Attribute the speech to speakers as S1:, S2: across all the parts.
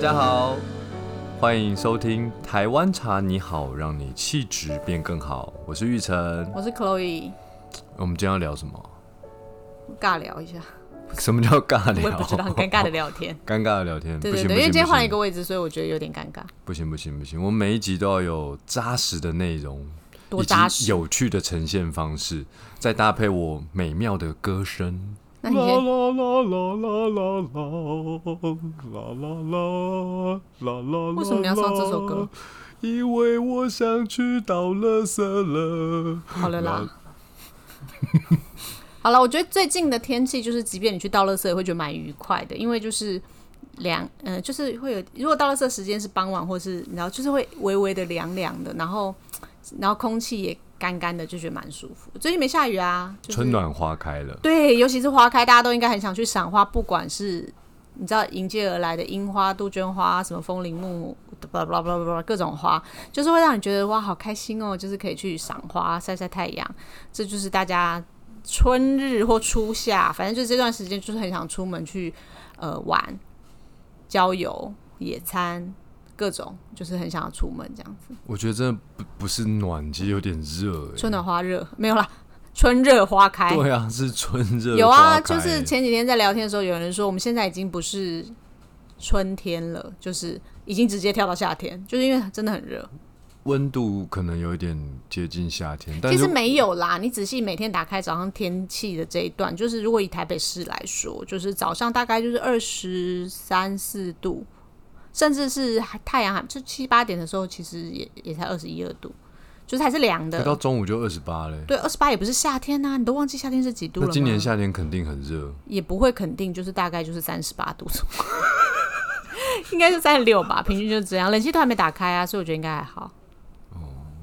S1: 家好，欢迎收听《台湾茶你好》，让你气质变更好。我是玉成。
S2: 我是 Chloe，
S1: 我们今天要聊什么？
S2: 尬聊一下，
S1: 什么叫尬
S2: 我
S1: 聊？
S2: 也不知道，很尴尬的聊天
S1: 。尴尬的聊天。
S2: 对
S1: 不
S2: 对
S1: 行
S2: 对，
S1: 不
S2: 因为
S1: 行
S2: 今天
S1: 不
S2: 换了
S1: 行
S2: 一个位置，所以我觉得有点尴尬。
S1: 不行不行不行，我们每一集都要有扎实的内容，
S2: 多扎
S1: 以及
S2: 实！
S1: 有趣的呈现方式，再搭配我美妙的歌声。
S2: 那你先，为什么你要唱这首歌？
S1: 因为我想去倒垃圾了。
S2: 好了啦。 好了，我觉得最近的天气就是，即便你去倒垃圾，也会觉得蛮愉快的，因为就是凉，呃，就是会有，如果倒垃圾时间是傍晚，或是然后就是会微微的凉凉的，然后然后空气也干干的，就觉得蛮舒服。最近没下雨啊，就是、
S1: 春暖花开了，
S2: 对，尤其是花开，大家都应该很想去赏花，不管是你知道迎接而来的樱花、杜鹃花、什么风铃木，巴拉巴拉巴拉巴拉各种花，就是会让你觉得哇，好开心哦，就是可以去赏花、晒晒太阳，这就是大家春日或初夏，反正就这段时间就是很想出门去呃玩、郊游、野餐。各种就是很想要出门这样子，
S1: 我觉得真的不不是暖机，有点热、欸。
S2: 春暖花热没有啦，春热花开。
S1: 对啊，是春热。
S2: 有
S1: 花
S2: 啊，
S1: 开
S2: 就是前几天在聊天的时候，有人说我们现在已经不是春天了，就是已经直接跳到夏天，就是因为真的很热。
S1: 温度可能有一点接近夏天，但
S2: 其实
S1: 是
S2: 没有啦，你仔细每天打开早上天气的这一段，就是如果以台北市来说，就是早上大概就是二十三四度，甚至是还太阳还就七八点的时候，其实也也才二十一二度，就是还是凉
S1: 可到
S2: 的。
S1: 中午就二十八嘞。
S2: 对，二十八也不是夏天呐、你都忘记夏天是几度了
S1: 那
S2: 吗？
S1: 今年夏天肯定很热，
S2: 也不会肯定，就是大概就是三十八度左右， 应该是三十六吧，平均就是这样。冷气都还没打开啊，所以我觉得应该还好。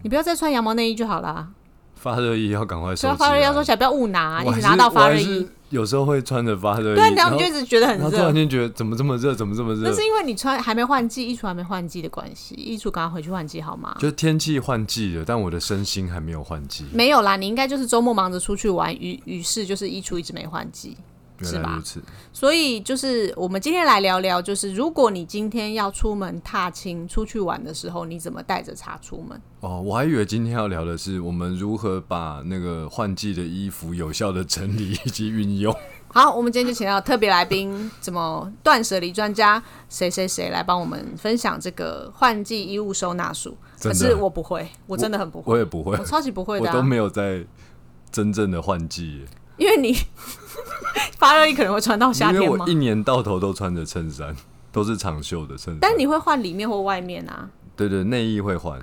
S2: 你不要再穿羊毛内衣就好啦。
S1: 发热衣要赶快收起
S2: 所以
S1: 来。
S2: 啊发热衣要收起来，不要误拿，
S1: 啊我还
S2: 一直
S1: 是
S2: 拿到发
S1: 我
S2: 热，
S1: 还
S2: 衣
S1: 是。有时候会穿着发热衣，
S2: 对，啊然后
S1: 后
S2: 你就一直觉得很
S1: 然后突然
S2: 热，
S1: 间觉得怎么这么热，怎么这么
S2: 那
S1: 热？
S2: 是因为你穿还没换季，衣橱还没换季的关系，衣橱赶快回去换季好吗？
S1: 就天气换季了，但我的身心还没有换季。
S2: 没有啦，你应该就是周末忙着出去玩，于于是就是衣橱一直没换季。是吧
S1: 原来如此，
S2: 所以就是我们今天来聊聊，就是如果你今天要出门踏青、出去玩的时候，你怎么带着茶出门？
S1: 哦，我还以为今天要聊的是我们如何把那个换季的衣服有效的整理以及运 用。
S2: 好，我们今天就请到特别来宾，怎么断舍离专家谁谁谁来帮我们分享这个换季衣物收纳术。
S1: 真
S2: 可
S1: 的
S2: 是我不会，我真的很不会，
S1: 我也不会
S2: 我，超级不会
S1: 我
S2: 的、
S1: 都
S2: 啊，
S1: 没有在真正的换季耶，
S2: 因为你 发热衣可能会穿到夏
S1: 因为
S2: 天
S1: 我
S2: 吗
S1: 一？年到头都穿着衬衫，都是长袖的衬衫。
S2: 但你会换里面或外面啊，
S1: 对对，内衣会换，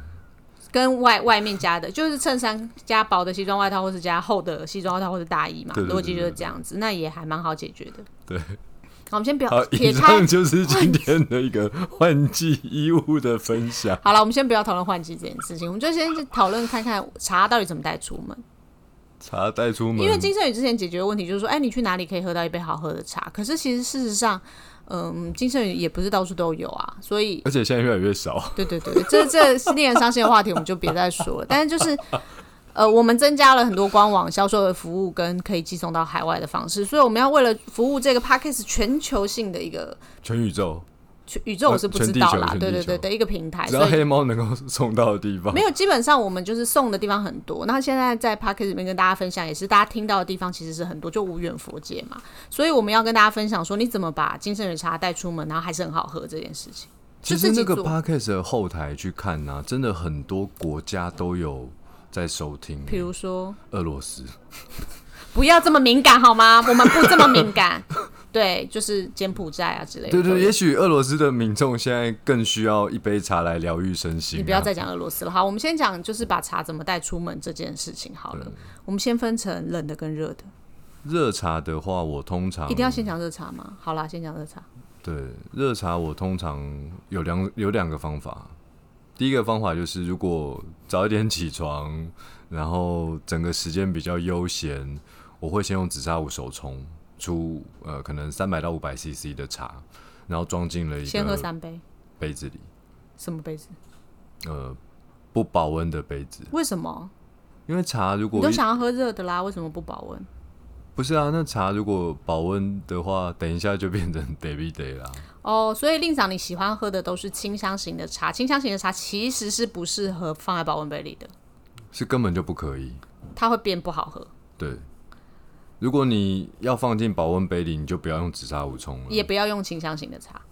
S2: 跟外外面加的，就是衬衫加薄的西装外套，或是加厚的西装外套，或是大衣嘛，
S1: 对对对
S2: 逻辑就是这样子，那也还蛮好解决的。
S1: 对。
S2: 好，我们先不
S1: 好
S2: 要，
S1: 以
S2: 撇 开
S1: 上就是今天的一个换季衣物的分享。
S2: 好了，我们先不要讨论换季这件事情，我们就先去讨论看看茶到底怎么带出门。
S1: 茶带出门，
S2: 因为金圣宇之前解决的问题就是说，哎，你去哪里可以喝到一杯好喝的茶？可是其实事实上，嗯，金圣宇也不是到处都有啊，所以
S1: 而且现在越来越少。
S2: 对对对，对这这是令人伤心的话题，我们就别再说了。但是就是。呃，我们增加了很多官网销售的服务跟可以寄送到海外的方式，所以我们要为了服务这个 p a c k a g e 全球性的一个
S1: 全宇宙，
S2: 全宇宙，我是不知
S1: 全地
S2: 道
S1: 球
S2: 啦，
S1: 呃全
S2: 对
S1: 地
S2: 对对
S1: 球
S2: 的一个平台，
S1: 只
S2: 所
S1: 要
S2: 以
S1: 黑猫能够送到的地方
S2: 没，有，基本上我们就是送的地方很多。那现在在 p o c k e t 里面跟大家分享，也是大家听到的地方其实是很多，就无远佛界嘛。所以我们要跟大家分享说，你怎么把金圣宇茶带出门，然后还是很好喝这件事情。
S1: 其
S2: 就
S1: 实
S2: 自己
S1: 那个
S2: 做
S1: podcast 的后台去看呢、真的很多国家都有在收听，
S2: 比如说，
S1: 俄罗斯。
S2: 不要这么敏感好吗？我们不这么敏感。 对，就是柬埔寨啊之类的。
S1: 对对，也许俄罗斯的民众现在更需要一杯茶来疗愈身心、啊。
S2: 你不要再讲俄罗斯了。好，我们先讲就是把茶怎么带出门这件事情好了。我们先分成冷的跟热的，
S1: 热茶的话，我通常
S2: 一定要先讲热茶吗？好啦，先讲热茶。
S1: 对热茶，我通常有两有两个方法。第一个方法就是，如果早一点起床，然后整个时间比较悠闲，我会先用紫砂壶手冲出呃可能三百到五百 CC 的茶，然后装进了一
S2: 先喝
S1: 个
S2: 三杯，
S1: 杯子里，
S2: 什么杯子？
S1: 呃不保温的杯子，
S2: 为什么？
S1: 因为茶如
S2: 你
S1: 果
S2: 都
S1: 一
S2: 想要喝热的啦，为什么不保温？
S1: 不是啊，那茶如果保温的话，等一下就变成 day by day 啦。
S2: 哦，所以令长你喜欢喝的都是清香型的茶，清香型的茶其实是不适合放在保温杯里的，
S1: 是根本就不可以。
S2: 它会变不好喝，
S1: 对，如果你要放进保温杯里，你就不要用紫砂壶冲了，
S2: 也不要用清香型的茶。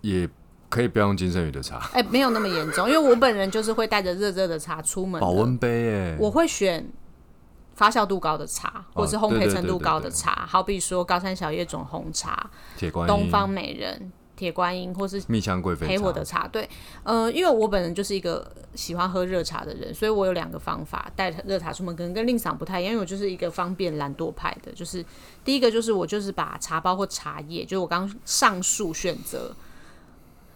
S1: 也可以不要用金圣宇的 茶。
S2: 哎、没有那么严重，因为我本人就是会带着热热的茶出门的。
S1: 保温杯哎、
S2: 我会选发酵度高的茶，或是
S1: 哦
S2: 烘
S1: 对
S2: 焙
S1: 对
S2: 程
S1: 对
S2: 度
S1: 对
S2: 高
S1: 对
S2: 的茶，好比说高山小叶种红茶、
S1: 铁观音、
S2: 东方美人、铁观音，或是
S1: 蜜香贵妃
S2: 陪
S1: 茶
S2: 我的茶。对，呃，因为我本人就是一个喜欢喝热茶的人，所以我有两个方法带热茶出门，可能跟令赏不太一样，因为我就是一个方便懒惰派的。就是第一个就是我就是把茶包或茶叶，就是我刚刚上述选择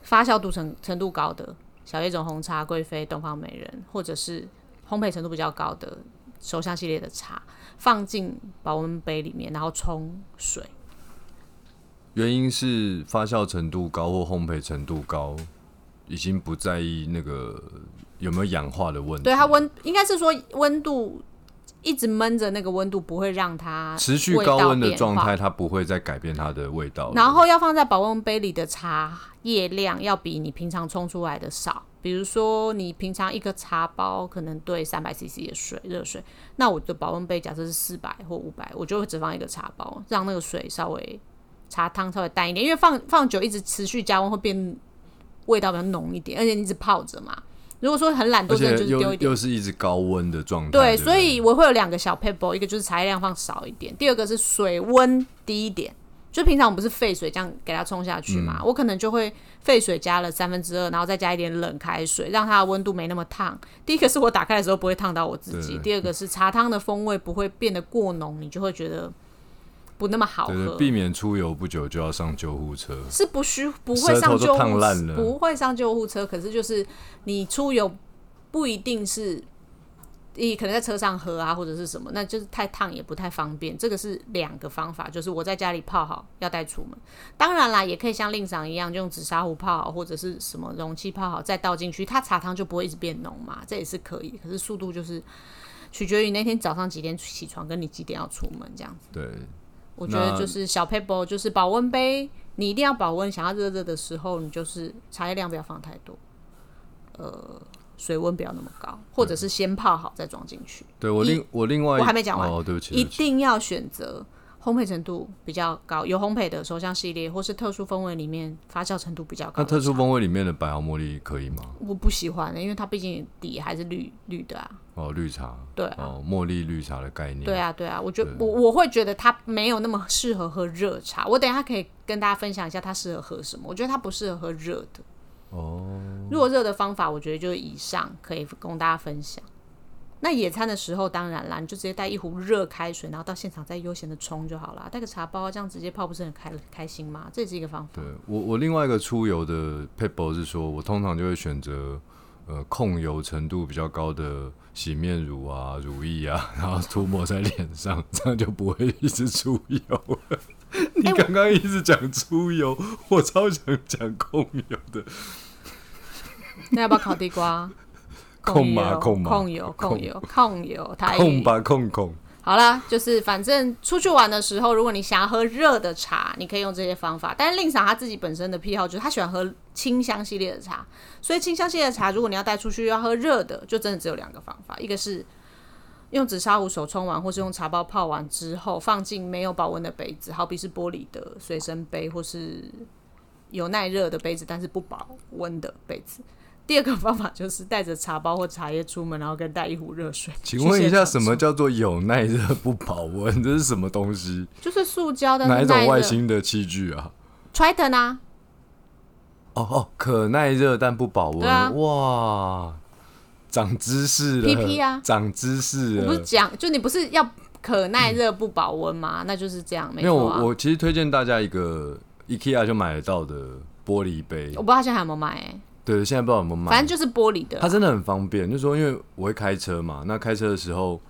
S2: 发酵度程程度高的小叶种红茶、贵妃、东方美人，或者是烘焙程度比较高的手香系列的茶，放进保温杯里面，然后冲水。
S1: 原因是发酵程度高或烘焙程度高，已经不在意那个有没有氧化的问题。
S2: 对它温应该是说温度一直闷着，那个温度不会让它
S1: 持续
S2: 味道
S1: 高温的
S2: 变
S1: 状
S2: 化
S1: 态，。它不会再改变它的味道了。
S2: 然后要放在保温杯里的茶叶量要比你平常冲出来的少，比如说你平常一个茶包可能兑三百 CC 的水热水，那我的保温杯假设是四百或五百，我就会只放一个茶包，让那个水稍微茶汤稍微淡一点，因为放放久一直持续加温会变味道比较浓一点，而且你一直泡着嘛。如果说很懒
S1: 而
S2: 惰，真的
S1: 且
S2: 就是丢
S1: 又
S2: 一点。
S1: 又是一直高温的状态。
S2: 对，
S1: 对不对，
S2: 所以我会有两个小 paper，一个就是茶叶量放少一点，第二个是水温低一点。就平常我们不是沸水这样给它冲下去嘛，
S1: 嗯
S2: 我可能就会沸水加了三分之二，然后再加一点冷开水，让它的温度没那么烫。第一个是我打开的时候不会烫到我自己，
S1: 对
S2: 第二个是茶汤的风味不会变得过浓，你就会觉得不那么好
S1: 对
S2: 喝
S1: 对，。避免出游不久就要上救护车。
S2: 是不需不会
S1: 舌
S2: 上
S1: 头都
S2: 救护
S1: 烫烂了
S2: 不会上救护车，可是就是你出游不一定是。你可能在车上喝啊，或者是什么，那就是太烫也不太方便。这个是两个方法，就是我在家里泡好，要带出门。当然啦，也可以像令长一样，就用紫砂壶泡好，或者是什么容器泡好，再倒进去，它茶汤就不会一直变浓嘛，这也是可以。可是速度就是取决于那天早上几点起床，跟你几点要出门这样子。
S1: 对，
S2: 我觉得
S1: 那
S2: 就是小 paper，就是保温杯，你一定要保温。想要热热的时候，你就是茶叶量不要放太多，呃，水温不要那么高，或者是先泡好再装进去。
S1: 对我另我另外
S2: 我还没讲完
S1: 哦，对不起，对
S2: 一
S1: 不起
S2: 定要选择烘焙程度比较高、有烘焙的手香系列，或是特殊风味里面发酵程度比较高
S1: 那
S2: 的。
S1: 特殊风味里面的白毫茉莉可以吗？
S2: 我不喜欢的，因为它毕竟底还是绿绿的啊。
S1: 哦，绿茶，
S2: 对啊，
S1: 哦，茉莉绿茶的概念。
S2: 对啊，对啊，我觉得我我会觉得它没有那么适合喝热茶。我等一下可以跟大家分享一下它适合喝什么。我觉得它不适合喝热的。哦，如果热的方法，我觉得就是以上可以供大家分享。那野餐的时候，当然啦，你就直接带一壶热开水，然后到现场再悠闲的冲就好啦。带个茶包，这样直接泡，不是很开开心吗？这也是一个方法。
S1: 对我，我另外一个出游的 paper 是说，我通常就会选择呃控油程度比较高的洗面乳啊、乳液啊， 然后涂抹在脸上， 这样就不会一直出油了。 你
S2: 哎我
S1: 刚刚一直讲出油，我超想讲控油的，
S2: 那要不要啊烤地瓜？
S1: 控吧
S2: 油
S1: 控吧
S2: 控油，控油，控油，台语
S1: 控吧控控。
S2: 好啦，就是反正出去玩的时候，如果你想要喝热的茶，你可以用这些方法。但是令赏他自己本身的癖好就是他喜欢喝清香系列的茶，所以清香系列的茶，如果你要带出去要喝热的，就真的只有两个方法，一个是用紫砂壶手冲完，或是用茶包泡完之后放进没有保温的杯子，好比是玻璃的随身杯，或是有耐热的杯子，但是不保温的杯子。第二个方法就是带着茶包或茶叶出门，然后跟带一壶热水。
S1: 请问一
S2: 去现
S1: 下，
S2: 场
S1: 什么叫做有耐热不保温？这是什么东西？
S2: 就是塑胶的
S1: 哪一种外
S2: 形
S1: 星的器具啊？
S2: ？Triton 啊，
S1: 哦哦，可耐热但不保
S2: 对
S1: 温，
S2: 啊
S1: 哇，长知识了
S2: PP 啊
S1: 长知识
S2: 我不是
S1: 了。
S2: 讲，就你不是要可耐热不保温吗？那就是这样，没
S1: 没有，
S2: 错、啊。
S1: 我我其实推荐大家一个 IKEA 就买得到的玻璃杯
S2: 我，不知道现在还有没有卖、欸，
S1: 对，现在不知道有没有买，
S2: 哦反正就是玻璃的
S1: 它
S2: 啊。
S1: 真的很方便。就是说因为我会开车嘛，那开车的时候，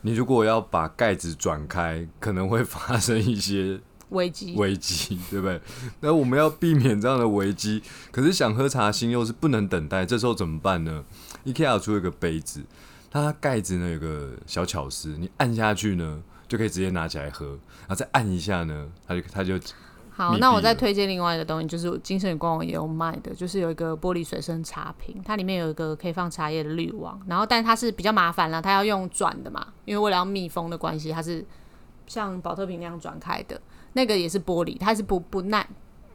S1: 你如果要把盖子转开，可能会发生一些
S2: 危机。
S1: 危机， 对不对？那我们要避免这样的危机，可是想喝茶心又是不能等待，这时候怎么办呢？IKEA 有出一个杯子，它盖子呢有个小巧思，你按下去呢，就可以直接拿起来喝，然后再按一下呢，它就它就
S2: 好，
S1: 密
S2: 那
S1: 闭
S2: 我再
S1: 了
S2: 推荐另外一个东西，就是精神官网也有卖的，就是有一个玻璃随身茶瓶，它里面有一个可以放茶叶的滤网，然后但它是比较麻烦啦，它要用转的嘛，因为为了要密封的关系，它是像保特瓶那样转开的，那个也是玻璃，它是不不耐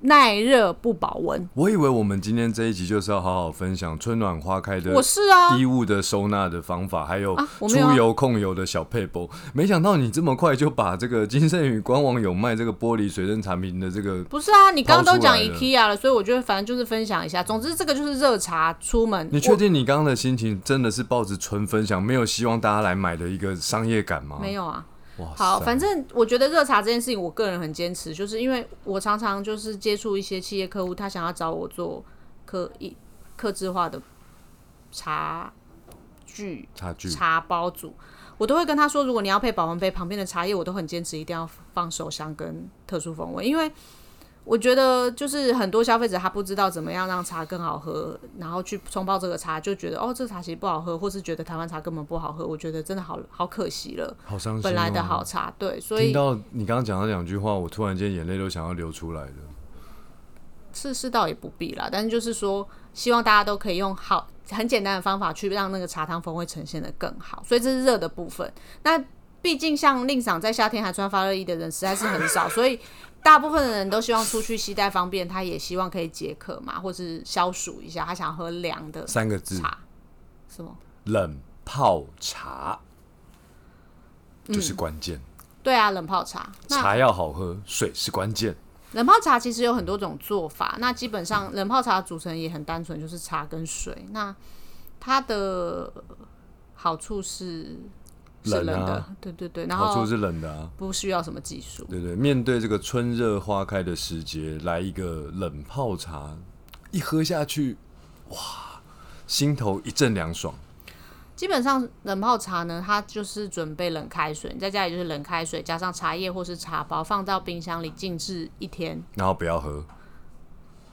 S2: 耐热不保温。
S1: 我以为我们今天这一集就是要好好分享春暖花开的
S2: 我是啊，
S1: 衣物的收纳的方法，还有
S2: 啊我
S1: 出
S2: 没有啊
S1: 油控油的小配包。没想到你这么快就把这个金盛宇官网有卖这个玻璃水蒸产品的这个
S2: 不是啊，你刚刚都讲
S1: 掏出来了
S2: IKEA 了，所以我觉得反正就是分享一下。总之，这个就是热茶出门。
S1: 你确定你刚刚的心情真的是抱着纯分享，没有希望大家来买的一个商业感吗
S2: 我？没有啊？
S1: 哇塞，
S2: 好，反正我觉得热茶这件事情，我个人很坚持，就是因为我常常就是接触一些企业客户，他想要找我做客一客制化的茶具
S1: 差距
S2: 茶包组，我都会跟他说，如果你要配保温杯，旁边的茶叶我都很坚持一定要放手香跟特殊风味，因为我觉得就是很多消费者他不知道怎么样让茶更好喝，然后去冲泡这个茶，就觉得哦这茶其实不好喝，或是觉得台湾茶根本不好喝，我觉得真的好好可惜了。
S1: 好伤心、哦。
S2: 本来的好茶，对，所
S1: 听
S2: 以
S1: 到你刚刚讲的两句话，我突然间眼泪都想要流出来了。
S2: 是是倒也不必啦，但是就是说，希望大家都可以用好很简单的方法去让那个茶汤风味呈现的更好，所以这是热的部分。那毕竟像令赏在夏天还穿发热衣的人实在是很少，所以大部分的人都希望出去携带方便，他也希望可以解渴嘛，或是消暑一下，他想喝凉的
S1: 三个字：
S2: 茶，什么？
S1: 冷泡茶，就是关键。
S2: 对啊，冷泡茶。嗯那
S1: 茶要好喝，水是关键。
S2: 冷泡茶其实有很多种做法，那基本上冷泡茶的组成也很单纯，就是茶跟水。那它的好处是是冷
S1: 冷啊
S2: 的，对对对，然
S1: 好处
S2: 后
S1: 是冷的啊。
S2: 不需要什么技术。
S1: 对对，面对这个春热花开的时节，来一个冷泡茶，一喝下去，哇，心头一阵凉爽。
S2: 基本上冷泡茶呢，它就是准备冷开水，你在家里就是冷开水加上茶叶或是茶包，放到冰箱里静置一天，
S1: 然后不要喝，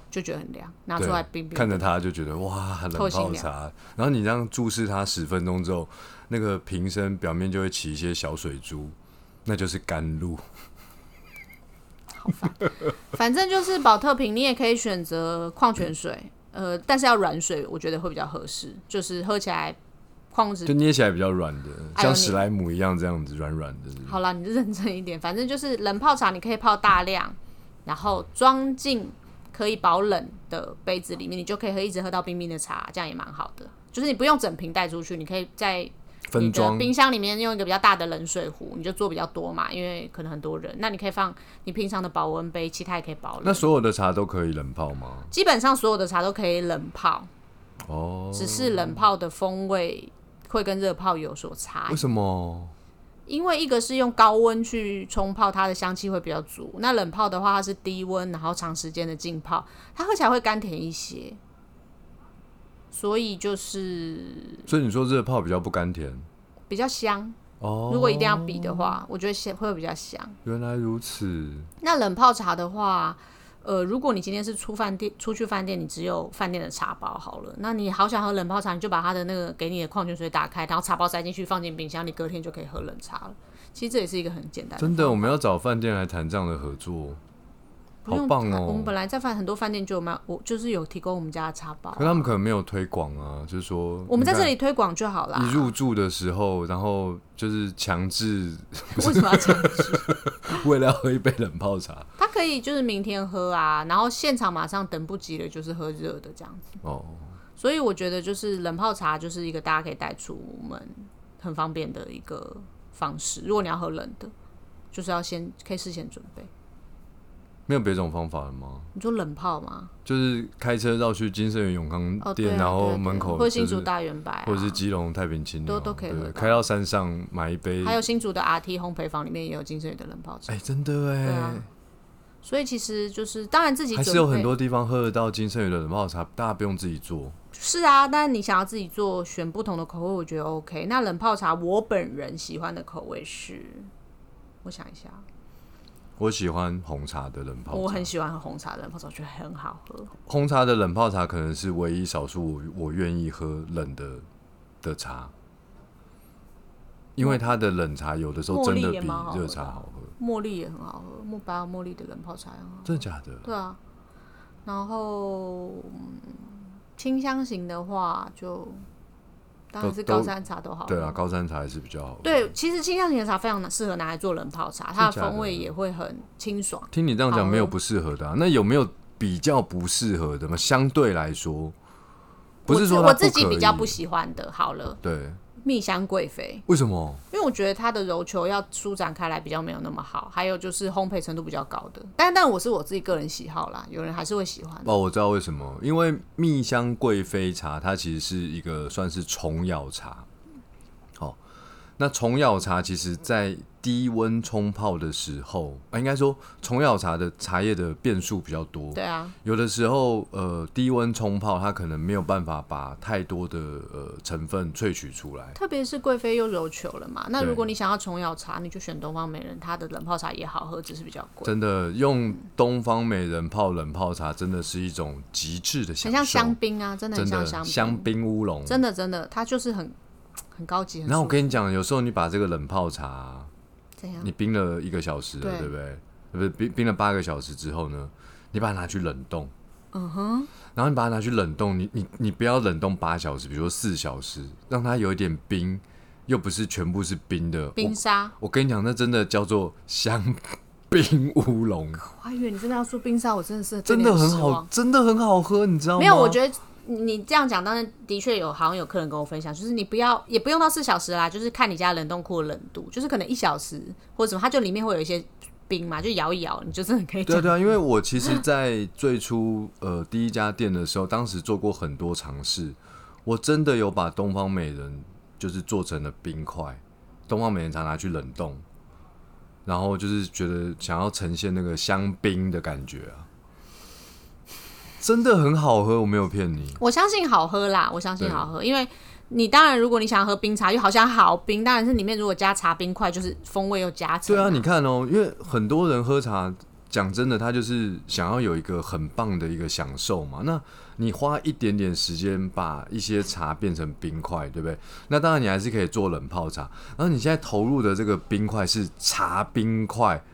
S2: 就觉得很凉，拿
S1: 对，
S2: 出来冰冰
S1: 看着它就觉得哇，
S2: 透
S1: 冷
S2: 心
S1: 泡
S2: 凉
S1: 茶。然后你这样注视它十分钟之后，那个瓶身表面就会起一些小水珠，那就是甘露。
S2: 反正就是保特瓶，你也可以选择矿泉水，呃，但是要软水，我觉得会比较合适，就是喝起来矿泉
S1: 就捏起来比较软的，
S2: 哎
S1: 像
S2: 呦你
S1: 史莱姆一样这样子软软的。
S2: 好啦，你就认真一点，反正就是冷泡茶，你可以泡大量，然后装进可以保冷的杯子里面，你就可以喝一直喝到冰冰的茶，这样也蛮好的。就是你不用整瓶带出去，你可以在你
S1: 分
S2: 的
S1: 装
S2: 冰箱里面用一个比较大的冷水壶，你就做比较多嘛，因为可能很多人，那你可以放你平常的保温杯，其他也可以保
S1: 那
S2: 冷。
S1: 所有的茶都可以冷泡吗？
S2: 基本上所有的茶都可以冷泡，
S1: 哦，
S2: 只是冷泡的风味会跟热泡有所差异
S1: 为。什么？
S2: 因为一个是用高温去冲泡，它的香气会比较足；那冷泡的话，它是低温，然后长时间的浸泡，它喝起来会甘甜一些。所以就是
S1: 所以你说热泡比较不甘甜
S2: 比较香。
S1: 哦？
S2: 如果一定要比的话，我觉得香会比较香。
S1: 原来如此，
S2: 那冷泡茶的话，呃，如果你今天是出饭店出去饭店，你只有饭店的茶包好了，那你好想喝冷泡茶，你就把它的那个给你的矿泉水打开，然后茶包塞进去，放进冰箱，你隔天就可以喝冷茶了。其实这也是一个很简单的
S1: 真的，我们要找饭店来谈这样的合作，
S2: 不用
S1: 好棒
S2: 我
S1: 哦
S2: 们！本来在饭很多饭店就有卖，我就是有提供我们家的茶包
S1: 可，他们可能没有推广啊，就是说
S2: 我们在这
S1: 你
S2: 里推广就好啦
S1: 看。一入住的时候，然后就是强制
S2: 为什么要这样子？
S1: 为了要喝一杯冷泡茶
S2: 他可以就是明天喝啊，然后现场马上等不及了，就是喝热的这样子。
S1: 哦。
S2: 所以我觉得就是冷泡茶就是一个大家可以带出门很方便的一个方式。如果你要喝冷的，就是要先可以事先准备。
S1: 没有别种方法了吗？
S2: 你说冷泡吗？
S1: 就是开车绕去金盛园永
S2: 哦，
S1: 康
S2: 对
S1: 店，
S2: 啊，
S1: 然
S2: 对啊对
S1: 后
S2: 啊
S1: 门口
S2: 或者
S1: 就
S2: 新
S1: 是
S2: 竹大圆白、啊，
S1: 或者是基隆太平清
S2: 都
S1: 流
S2: 都可以
S1: 对
S2: 喝到
S1: 开到山上买一杯，
S2: 还有新竹的 RT 烘焙坊里面也有金圣宇的冷泡茶。
S1: 哎、真的哎、
S2: 对啊所以其实就是，当然自己
S1: 还
S2: 准备
S1: 是有很多地方喝得到金圣宇的冷泡茶，大家不用自己做。
S2: 是啊，但你想要自己做选不同的口味，我觉得 OK。那冷泡茶，我本人喜欢的口味是，我想一下，
S1: 我喜欢红茶的冷泡茶，
S2: 我很喜欢喝红茶的冷泡茶，我觉得很好喝。
S1: 红茶的冷泡茶可能是唯一少数我我愿意喝冷的的茶。因为它的冷茶有的时候
S2: 茉
S1: 真
S2: 莉
S1: 的
S2: 也
S1: 比
S2: 蛮好喝
S1: 热
S2: 的
S1: 茶
S2: 啊
S1: 好喝，
S2: 茉莉也很好喝，木白茉莉的冷泡茶也很好喝。
S1: 真的假的？
S2: 对啊，然后、嗯、清香型的话就当然
S1: 都
S2: 是
S1: 都
S2: 高山茶都好喝。
S1: 对啊，高山茶还是比较好喝。，
S2: 对，其实清香型的茶非常适合拿来做冷泡茶，它的
S1: 真假的
S2: 风味也会很清爽。
S1: 听你这样
S2: 好
S1: 讲，
S2: 喝
S1: 没有不适合的、啊。那有没有比较不适合的吗？相对来说，不是说
S2: 我
S1: 它
S2: 自我自己
S1: 可
S2: 比较
S1: 以
S2: 不喜欢的，好了，
S1: 对，
S2: 蜜香贵妃，
S1: 为什么？
S2: 因为我觉得它的柔球要舒展开来比较没有那么好，还有就是烘焙程度比较高的。但但我是我自己个人喜好啦，有人还是会喜欢。
S1: 哦，我知道为什么，因为蜜香贵妃茶它其实是一个算是虫药茶。好、那虫药茶其实在低温冲泡的时候，啊，应该说虫药茶的茶叶的变数比较多。
S2: 对啊，
S1: 有的时候，呃，低温冲泡它可能没有办法把太多的呃成分萃取出来。
S2: 特别是贵妃又柔球了嘛，那
S1: 对
S2: 如果你想要琼瑶茶，你就选东方美人，它的冷泡茶也好喝，只是比较贵，
S1: 真的用东方美人泡冷泡茶，真的是一种极致的享
S2: 很
S1: 受，
S2: 像香槟啊，真的很
S1: 真
S2: 像
S1: 的
S2: 香槟，
S1: 香槟乌龙，
S2: 真的真的，它就是很很高级，很
S1: 然后我
S2: 舒服
S1: 跟你讲，有时候你把这个冷泡茶，
S2: 怎样
S1: 你？冰了一个小时了，
S2: 嗯对
S1: 对不对？呃不是冰冰了八个小时之后呢，你把它拿去冷冻，
S2: 嗯哼，
S1: 然后你把它拿去冷冻，你你你不要冷冻八小时，比如说四小时，让它有一点冰，又不是全部是冰的。
S2: 冰
S1: 我
S2: 沙，
S1: 我跟你讲，那真的叫做香 冰乌龙，
S2: 花园，你真的要说冰沙，我真的是
S1: 真
S2: 对
S1: 的
S2: 你
S1: 很
S2: 失望
S1: 好，真的很好喝，你知道吗？
S2: 没有，我觉得你你这样讲，当然的确有，好像有客人跟我分享，就是你不要也不用到四小时啦，就是看你家冷冻库的冷度，就是可能一小时或者什么，它就里面会有一些冰嘛，就摇一摇，你就真的可以
S1: 对啊
S2: 讲。
S1: 对啊，因为我其实，在最初呃第一家店的时候，当时做过很多尝试，我真的有把东方美人就是做成了冰块，东方美人茶拿去冷冻，然后就是觉得想要呈现那个香槟的感觉啊，真的很好喝，我没有骗你。
S2: 我相信好喝啦，我相信好喝，因为你当然如果你想要喝冰茶，又好像好冰，当然是里面如果加茶冰块，就是风味又加成。
S1: 对啊，你看哦，因为很多人喝茶，讲真的，他就是想要有一个很棒的一个享受嘛。那你花一点点时间把一些茶变成冰块，对不对？那当然你还是可以做冷泡茶。然后你现在投入的这个冰块是茶冰块，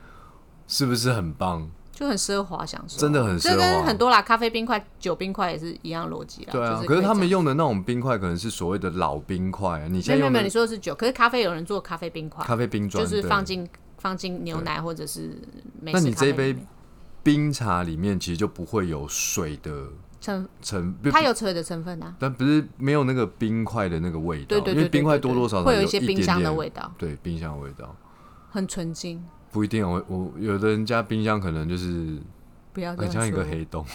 S1: 是不是很棒？
S2: 就很奢华享受，
S1: 真的很奢华
S2: 这跟很多啦，咖啡冰块、酒冰块也是一样逻辑啦。
S1: 对啊，
S2: 就
S1: 可是
S2: 是以
S1: 他们
S2: 讲
S1: 用的那种冰块可能是所谓的老冰块，你
S2: 没
S1: 现
S2: 有
S1: 在
S2: 没有
S1: 用
S2: 没有，
S1: 的
S2: 你说的是酒，可是咖啡有人做咖啡冰块，
S1: 咖啡冰砖，
S2: 就是
S1: 对
S2: 放进放进牛奶或者是美式
S1: 那你
S2: 咖啡
S1: 这
S2: 里面
S1: 杯冰茶里面其实就不会有水的
S2: 成，
S1: 成，
S2: 它有扯的成分啊，
S1: 但不是没有那个冰块的那个味道，
S2: 对对对
S1: 哦因为冰块多多少少
S2: 会有
S1: 一
S2: 一些冰
S1: 点
S2: 箱的
S1: 点
S2: 味道，
S1: 对冰箱的味道
S2: 很纯净，
S1: 不一定啊。我我有的人家冰箱可能就是
S2: 不要这
S1: 很
S2: 样
S1: 像一个
S2: 说。
S1: 黑 洞，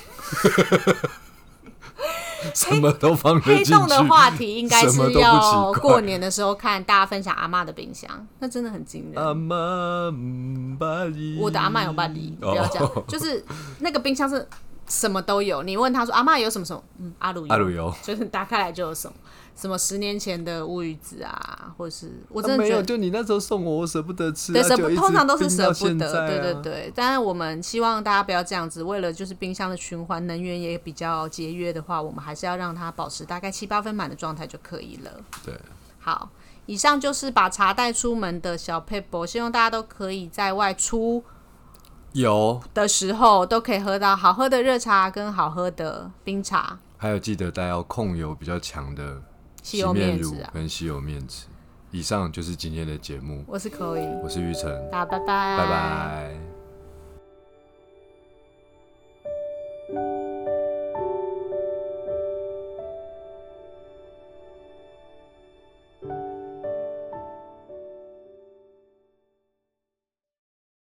S1: 什么都放得
S2: 黑
S1: 进去。
S2: 洞的话题应该
S1: 什么都
S2: 是
S1: 不
S2: 要
S1: 奇怪
S2: 过年的时候看大家分享阿嬷的冰箱，那真的很惊人。
S1: 阿妈哦嗯巴黎，
S2: 我的阿嬷有办
S1: 嗯
S2: 理，不要这样，就是那个冰箱是什么都有。你问他说阿嬷有什么什么，嗯，阿鲁
S1: 阿鲁油，
S2: 就是打开来就有什么，什么十年前的乌鱼子啊，或者是我
S1: 啊
S2: 真的
S1: 没
S2: 觉
S1: 有，
S2: 得
S1: 就你那时候送我，我舍不得吃啊，
S2: 对，舍
S1: 就
S2: 不
S1: 一直
S2: 通常都是
S1: 冰
S2: 舍
S1: 到
S2: 不
S1: 现
S2: 得，
S1: 在啊
S2: 对对对。但是我们希望大家不要这样子，为了就是冰箱的循环，能源也比较节约的话，我们还是要让它保持大概七八分满的状态就可以了。
S1: 对。
S2: 好，以上就是把茶带出门的小 p a 希望大家都可以在外出
S1: 有，
S2: 的时候都可以喝到好喝的热茶跟好喝的冰茶、
S1: 还有记得带要控油比较强的洗
S2: 吸油
S1: 面
S2: 面
S1: 乳
S2: 纸啊。
S1: 跟吸油面纸。以上就是今天的节目，
S2: 我是 Chloe，
S1: 我是玉成，
S2: 大家拜拜，
S1: 拜。拜。